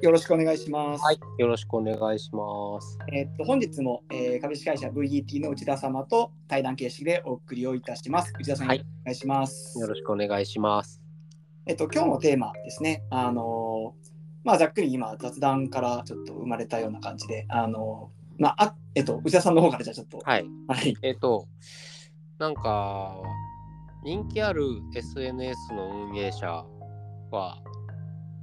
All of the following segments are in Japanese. よろしくお願いします。はい、よろしくお願いします。えっと本日も、えー株式会社 VET の内田様と対談形式でお送りをいたします。内田さん、はいよろしくお願いします。よろしくお願いします。えっと今日のテーマですね。あのーまあざっくり今雑談からちょっと生まれたような感じで、あのーまああえっと内田さんの方からじゃあちょっとはい、はいえっ、と、なんか、人気ある SNS の運営者は、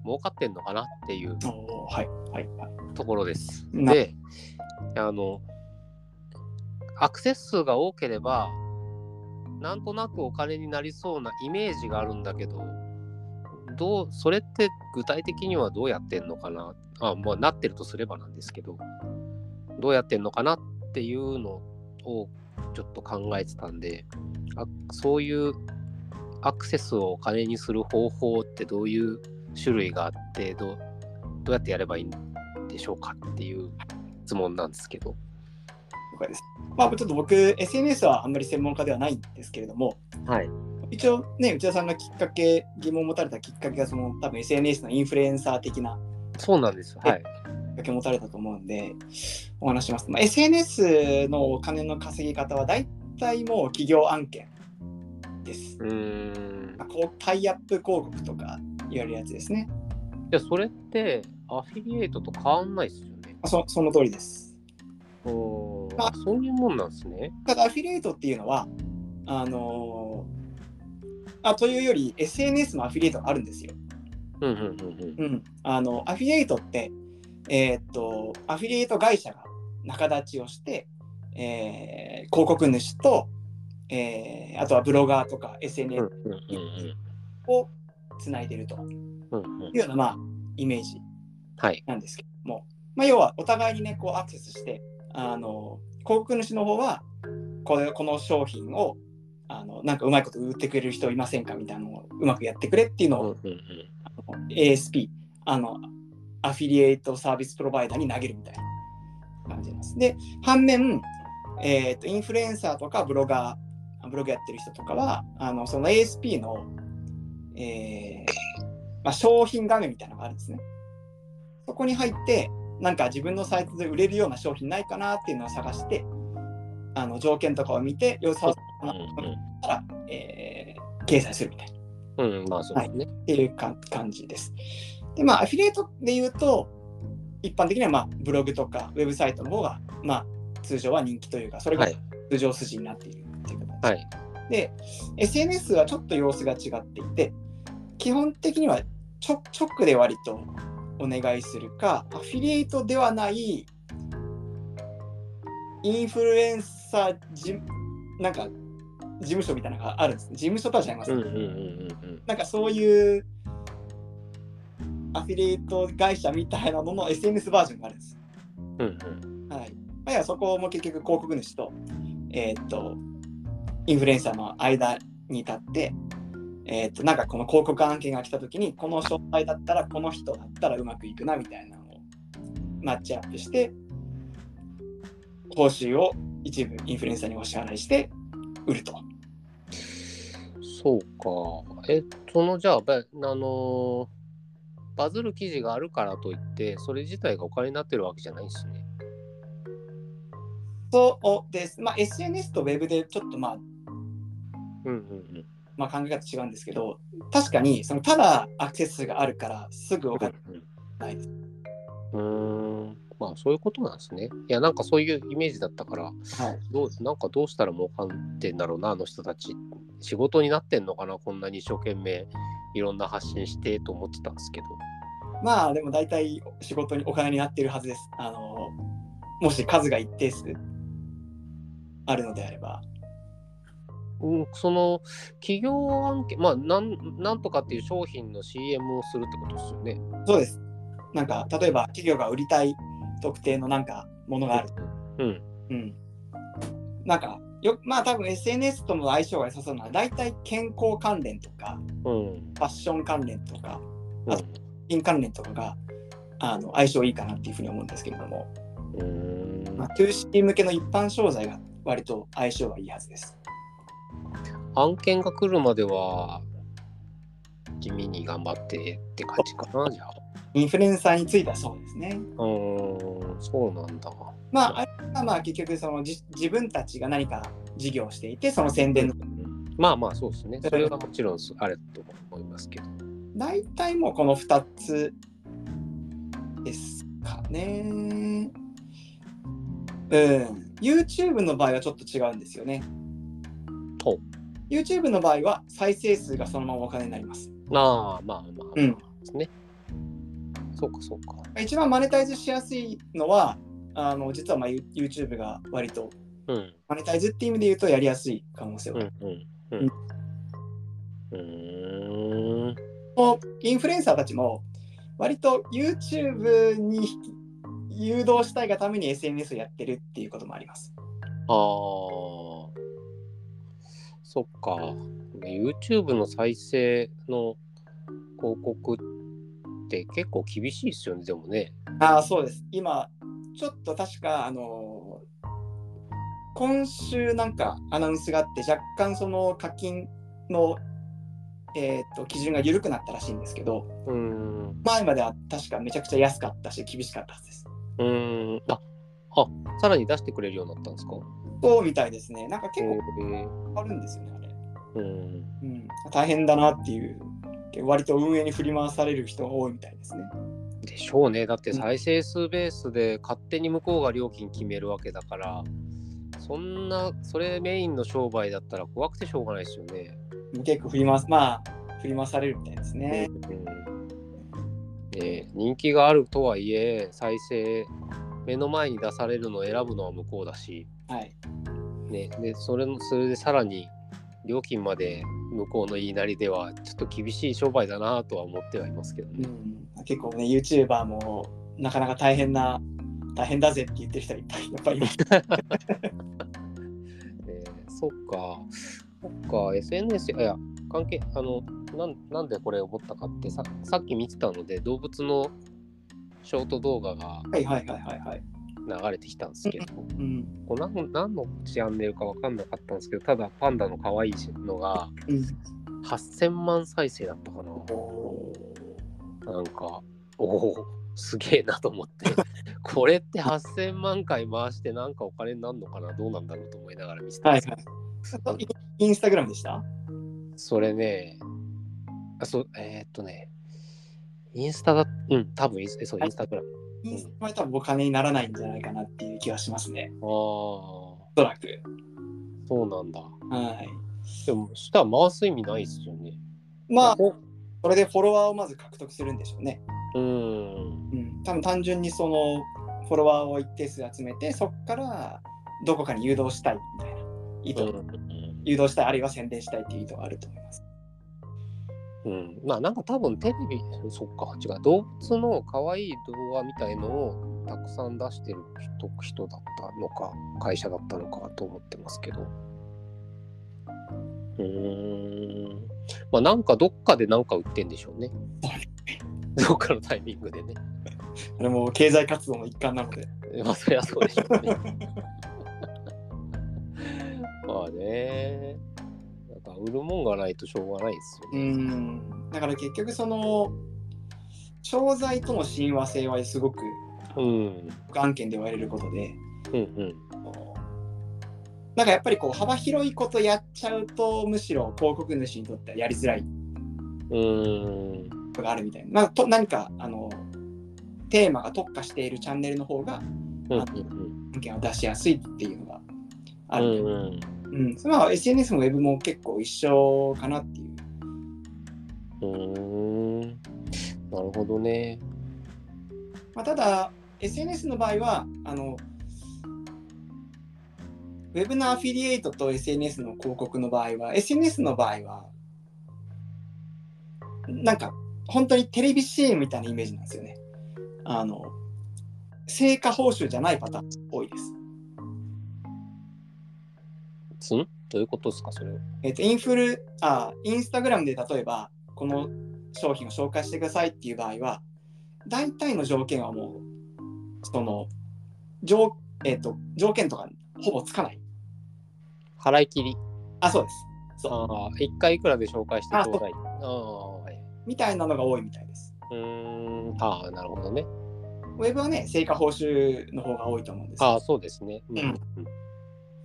儲かってんのかなっていうおーはいはいはいところです。なで、あの、アクセス数が多ければ、なんとなくお金になりそうなイメージがあるんだけど、どうそれって具体的にはどうやってんのかなあ、まあ、なってるとすればなんですけど、どうやってんのかなっていうのをちょっと考えてたんで、あそういうアクセスをお金にする方法ってどういう種類があって、どうどうやってやればいいんでしょうかっていう質問なんですけど。了解です。まあちょっと僕 SNS はあんまり専門家ではないんですけれども、はい。一応ね内田さんがきっかけ疑問を持たれたきっかけがその多分 SNS のインフルエンサー的なそうなんです。はい。きっかけ持たれたと思うんでお話します、まあ、SNS のお金の稼ぎ方は大体もう企業案件ですうーんまあ。こうタイアップ広告とか言われるやつですねじゃあそれってアフィリエイトと変わんないですよね。まあそその通りですおーあそういうもんなんですね。ただアフィリエイトっていうのはあのーあというより SNS のアフィリエイトがあるんですようんうんうんうん。うん、あのアフィリエイトって、えーっとアフィリエイト会社が仲立ちをして、えー広告主と、えーあとはブロガーとかうん SNS うんうんをつないでるとうんうんうんいうような、まあ、イメージはい。なんですけども、まあ、要はお互いにねこうアクセスしてあの広告主の方はこれこの商品をあのなんかうまいこと売ってくれる人いませんかみたいなのをうまくやってくれっていううのんをうんうん。 ASP あのアフィリエイトサービスプロバイダーに投げるみたいな感じなんです。で反面、えー、とインフルエンサーとかブロガーブログやってる人とかはあのその ASP の、えーまあ、商品画面みたいなのがあるんですね。そこに入ってなんか自分のサイトで売れるような商品ないかなっていうのを探してあの条件とかを見て様子をうんったら、えー掲載するみたいな。うんうん。まあそうですね。っていうか感じです。で、まあ、アフィリエイトで言うと、一般的には、まあ、ブログとかウェブサイトの方が、まあ、通常は人気というか、それがはい通常筋になっているっていう形、はい。で、SNS はちょっと様子が違っていて、基本的にはちょ直で割とお願いするか、アフィリエイトではないインフルエンサーじ、なんか、事務所みたいなのがあるんですね。事務所とは違いますうねんうんうんうんなんかそういうアフィリエイト会社みたいなのの SNS バージョンがあるんです。うん。うんうん。はい。まあ、要はそこも結局広告主と、えーっと、インフルエンサーの間に立って、えーっと、なんかこの広告案件が来た時に、この商材だったら、この人だったらうまくいくなみたいなのをマッチアップして、報酬を一部インフルエンサーにお支払いして売ると。そうか。え、そのじゃあ、ばあのーバズる記事があるからといって、それ自体がお金になってるわけじゃないんですね。そうです。まあ、SNS と Web でちょっとまあうんうんまあ、考え方違うんですけど確かにそのただアクセス数があるからすぐうおん。金ないです、うーん、まあそういうことなんですね。いや、なんかそういうイメージだったから、はい、どうなんかどうしたら儲かってんだろうな、あの人たち。仕事になってんのかな、こんなに一生懸命いろんな発信してと思ってたんですけど。まあでも大体仕事にお金になってるはずですあのもし数が一定数あるのであればうん、その企業案件、まあなん、なんとかっていう商品の CM をするってことですよね。そうですなんか例えば企業が売りたい特定のなんかものがある、うん。うん、なんかよまあ多分 SNS との相性が良さそうなのは大体健康関連とかうん。ファッション関連とかうあんイン関連とかがあの相性いいかなっていうふうに思うんですけれどもうーんまあ、2C 向けの一般商材が割と相性はいいはずです。案件が来るまでは地味に頑張ってって感じかな、じゃあ。インフルエンサーについてはそうですね。うーん、そうなんだ。まあ、あれはまあ結局そのじ自分たちが何か事業をしていてその宣伝のまあまあ、そうですね。それはもちろんすあれと思いますけど。大体もうこの2つですかね。うん。YouTube の場合はちょっと違うんですよね。ほ YouTube の場合は再生数がそのままお金になります。まあまあまあ、まあうんですね。そうか、そうか。一番マネタイズしやすいのはあの実はまあ You- YouTube が割とうん。マネタイズっていう意味で言うとやりやすい可能性はうん。うん。うん。うーん。もうインフルエンサーたちも割と YouTube に引き誘導したいがために SNS をやってるっていうこともあります。ああ。そっか。YouTube の再生の広告って結構厳しいですよね、でもね。ああそうです。今ちょっと確かあのー今週なんかアナウンスがあって若干その課金の、えー、と基準が緩くなったらしいんですけどうーん。う前までは確かめちゃくちゃ安かったし厳しかったはずです。ーん。あ、あ、さらに出してくれるようになったんですかそうみたいですね。なんか結構え変わるんですよねあれ。ーうん。うん、大変だなっていう割と運営に振り回される人が多いみたいですね。でしょうねだって再生数ベースで勝手に向こうが料金決めるわけだからそんなそれメインの商売だったら怖くてしょうがないですよね。結構振り回すまあ振り回されるみたいですね。うんね人気があるとはいえ再生目の前に出されるのを選ぶのは向こうだし、はい。ね、でそれのそれでさらに料金まで向こうの言いなりではちょっと厳しい商売だなとは思ってはいますけどうね。ん、結構ね YouTuber もなかなか大変な大変だぜって言ってる人はいっぱいやっぱりいます。えーそっか、そっか、SNS、あいや、関係、あの、なんなんでこれ思ったかってさ、さっき見てたので、動物のショート動画がはいはいはいはいはい。流れてきたんですけど、うん。こう何何のチャンネルか分かんなかったんですけど、ただパンダの可愛いのがうん、 8000万再生だったかおな。おなんか、おお、すげえなと思 って、これって8000万回回してなんかお金になるのかな、どうなんだろうと思いながら見てたんですけど。ー。インインスタグラムでしたそれね、あ、そう、えーっとね、インスタだ、うん、多分インスえそう、はいインスタグラム。インスタは多分お金にならないんじゃないかなっていう気がしますね。ああ、そおそらく。うなんだ。はい。でも、したら回す意味ないですよね。まあ、こそれでフォロワーをまず獲得するんでしょうね。うーん、うん、多分単純にそのフォロワーを一定数集めてそこからどこかに誘導したいみたいな意図、うん誘導したいあるいは宣伝したいっていう意図があると思います。うん。まあ、なんか多分テレビ、そっか、違う、動物の可愛い動画みたいのをたくさん出してる人人だったのか、会社だったのかと思ってますけど。うーん。まあ、なんかどっかでなんか売ってんでしょう ね。どっかのタイミングでね。あれも経済活動の一環なので。まあそりゃそうでしょ うね。まあね。なんか売るもんがないとしょうがないですようね。んだから結局その商材との親和性はすごくうん。案件で言われることでうんうん。なんかやっぱりこう幅広いことやっちゃうとむしろ広告主にとってはやりづらいうん。ことがあるみたいな、まあ、と何かあのテーマが特化しているチャンネルの方がうんうん案件を出しやすいっていうのがあうん。うる。んうん。うん。それは SNS も Web も結構一緒かなっていう。うーん。なるほどね。まあ、ただ、SNS の場合は、あの、Web のアフィリエイトと SNS の広告の場合は、SNS の場合は、なんか、本当にテレビ CM みたいなイメージなんですよね。あの、成果報酬じゃないパターン多いです。つんどういうことですか、それは。えっ、と、インフル、あ、インスタグラムで例えば、この商品を紹介してくださいっていう場合は、大体の条件はもう、その、条,、えっと条件とかほぼつかない。払い切り。あ、そうです。そう。ああ、一回いくらで紹介してあちょうだい。ああ、はい。みたいなのが多いみたいです。うーん、ああ、なるほどね。ウェブはね、成果報酬の方が多いと思うんですけああ、ど、そうですね。うん。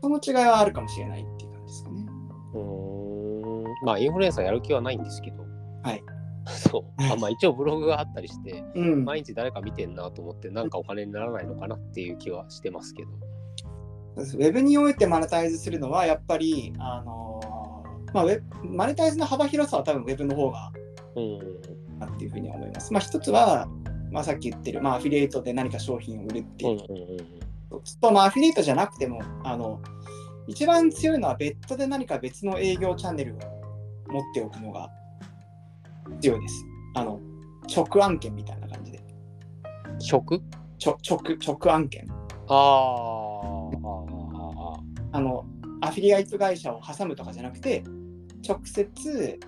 その違いはあるかもしれないっていう感じですかね。うん、うーんまあ、インフルエンサーやる気はないんですけど。はい。 そう。あまあ、一応ブログがあったりして、うん。毎日誰か見てんなと思って、なんかお金にならないのかなっていう気はしてますけど。ウェブにおいてマネタイズするのは、やっぱり、あのーまあ、ウェブマネタイズの幅広さは多分ウェブの方がうん。なっていうふうに思います。まあ、一つは、まあ、さっき言ってる、まあ、アフィリエイトで何か商品を売るってういんううんうんと、まあ、アフィリエイトじゃなくてもあの一番強いのは別途で何か別の営業チャンネルを持っておくのが強いです。あの直案件みたいな感じでうん。食直直直案件ああ。ああ。あのアフィリエイト会社を挟むとかじゃなくて直接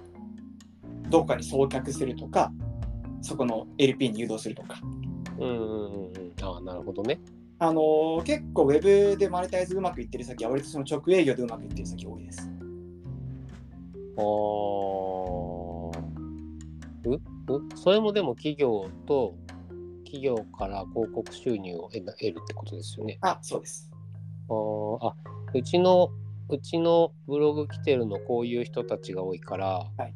どっかに送客するとかそこの LP に誘導するとかうんうんうんうん。ああ、なるほどね。あのー結構ウェブでマネタイズうまくいってる先は割とその直営業でうまくいってる先多いです。ああ。ううそれもでも企業と企業から広告収入を得な得るってことですよね。あそうです。あーあうちのうちのブログ来てるのこういう人たちが多いから、はい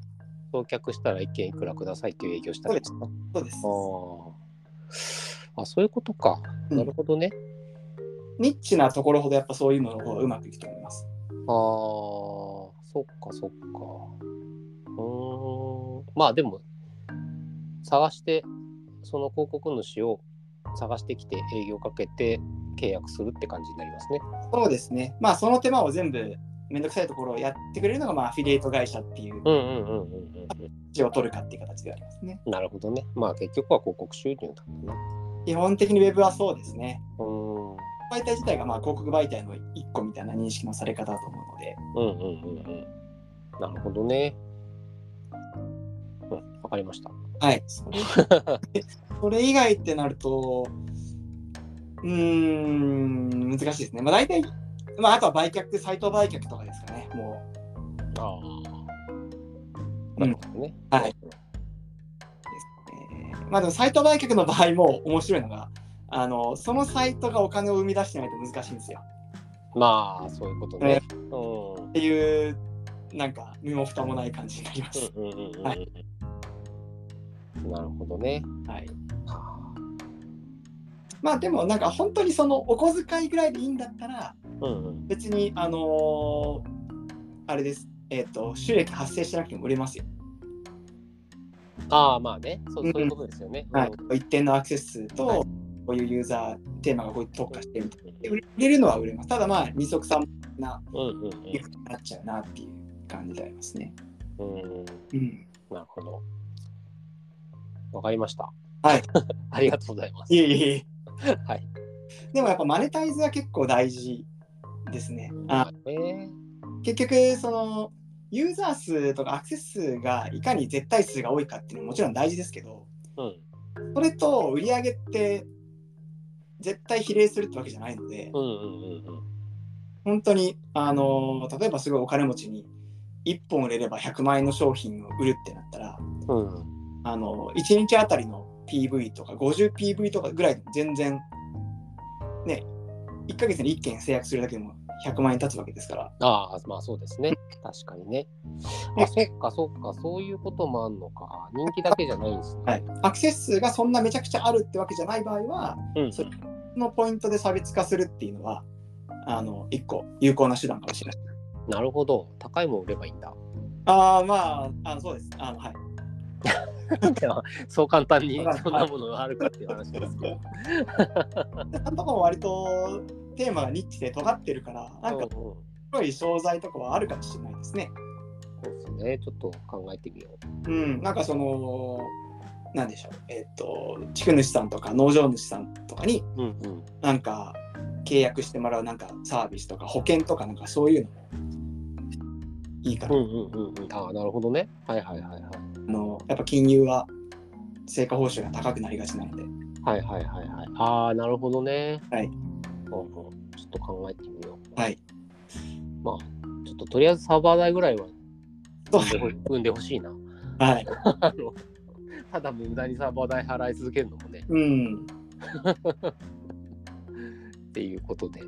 送客したら一件いくらくださいっていう営業したんですかそうですあーあそういうことか、うんなるほどねニッチなところほどやっぱそういうのの方がうまくいくと思います。あーそっかそっかうーんまあでも探してその広告主を探してきて営業かけて契約するって感じになりますねそうですね。まあその手間を全部めんどくさいところをやってくれるのがまあアフィリエイト会社っていううんうんうんうんうんう字を取るかっていう形ではありますね。んなるほどねまあ結局は広告収入だもんな基本的にウェブはそうですね。うーん媒体自体がまあ広告媒体の一個みたいな認識のされ方だと思うので、うんうんうんうん。なるほどね。うん、わかりました。はい。それそれ以外ってなると、うーん、難しいですね。まあ大体、まああとは売却、サイト売却とかですかね。もうあうなんるほどね。はい。えーまあでもサイト売却の場合も面白いのがあのそのサイトがお金を生み出してないと難しいんですよまあ、そういうことね。うん。っていうなんか身も蓋もない感じになります、うんうんうんうん。はなるほどね。はい、はあまあでもなんか本当にそのお小遣いぐらいでいいんだったらうんうん。別にあのーあれですえっ、と収益発生しなくても売れますよ、ああ、まあね。そううんそういうことですよね。はいうん、一定のアクセス数と、はいこういうユーザーテーマがこう特化してるみたいなで売れ売れるのは売れますただまあ二足三本なうんうんいくになっちゃうなっていう感じでありますねうん。うん。うんなるほど。わかりました。はい。 ありがとうございます。いえいえいえ はい。でもやっぱマネタイズは結構大事ですね。あえー結局そのユーザー数とかアクセス数がいかに絶対数が多いかっていうのももちろん大事ですけどうん。それと売り上げって絶対比例するってわけじゃないのでうんうんうんうん。本当にあの例えばすごいお金持ちに1本売れれば100万円の商品を売るってなったらうん、あの1日あたりの PV とか 50PV とかぐらいでも全然ね1ヶ月に1件制約するだけでも100万円立つわけですからああまあそうですね確かにねあそっかそっかそういうこともあんのか人気だけじゃないんですね、はい、アクセス数がそんなめちゃくちゃあるってわけじゃない場合は、うんうんそそのポイントで差別化するっていうのは、あの一個有効な手段かもしれない。なるほど高いもん売ればいいんだああ、まあ、あそうです。あのはい、ではそう簡単にはいそんなものがあるかっていう話ですけどでなんとかも割とテーマがニッチで尖ってるから、なんかうんうん黒い商材とかはあるかもしれないですね。そうですねちょっと考えてみようん、なんかその、なんでしょう、えっと、地区主さんとか農場主さんとかに、う、うんうん、なんか契約してもらうなんかサービスとか保険とかなんかそういうのもいいかなうんうんうんうんああなるほどねはいはいはいはいあのやっぱ金融は成果報酬が高くなりがちなので、はいはいはいはいああなるほどねはいうんうんちょっと考えてみようはいまあちょっととりあえずサーバー代ぐらいはそう産んでほ産んでほしいなはい、あのただ無駄にさ話題払い続けるのもねうん。っていうことで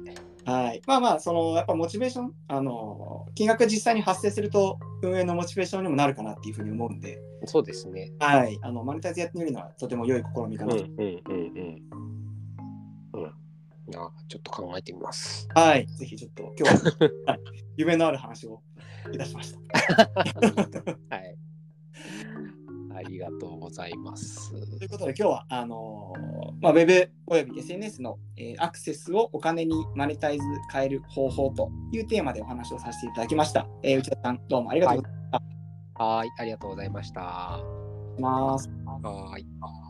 はい。まあまあ、その、やっぱモチベーション、あの、金額が実際に発生すると、運営のモチベーションにもなるかなっていうふうに思うんで、そうですねはい。あの、マネタイズやってみるのはとても良い試みかうんなうと。んうんうんうんあちょっと考えてみますはい。ぜひちょっと、今日は、はい、夢のある話をいたしました。はいありがとうございますということで今日はあのーまあ、ウェブおよび SNS の、えーアクセスをお金にマネタイズ変える方法というテーマでお話をさせていただきました。えー内田さんどうもありがとうございはいありがとうございましたはいます。い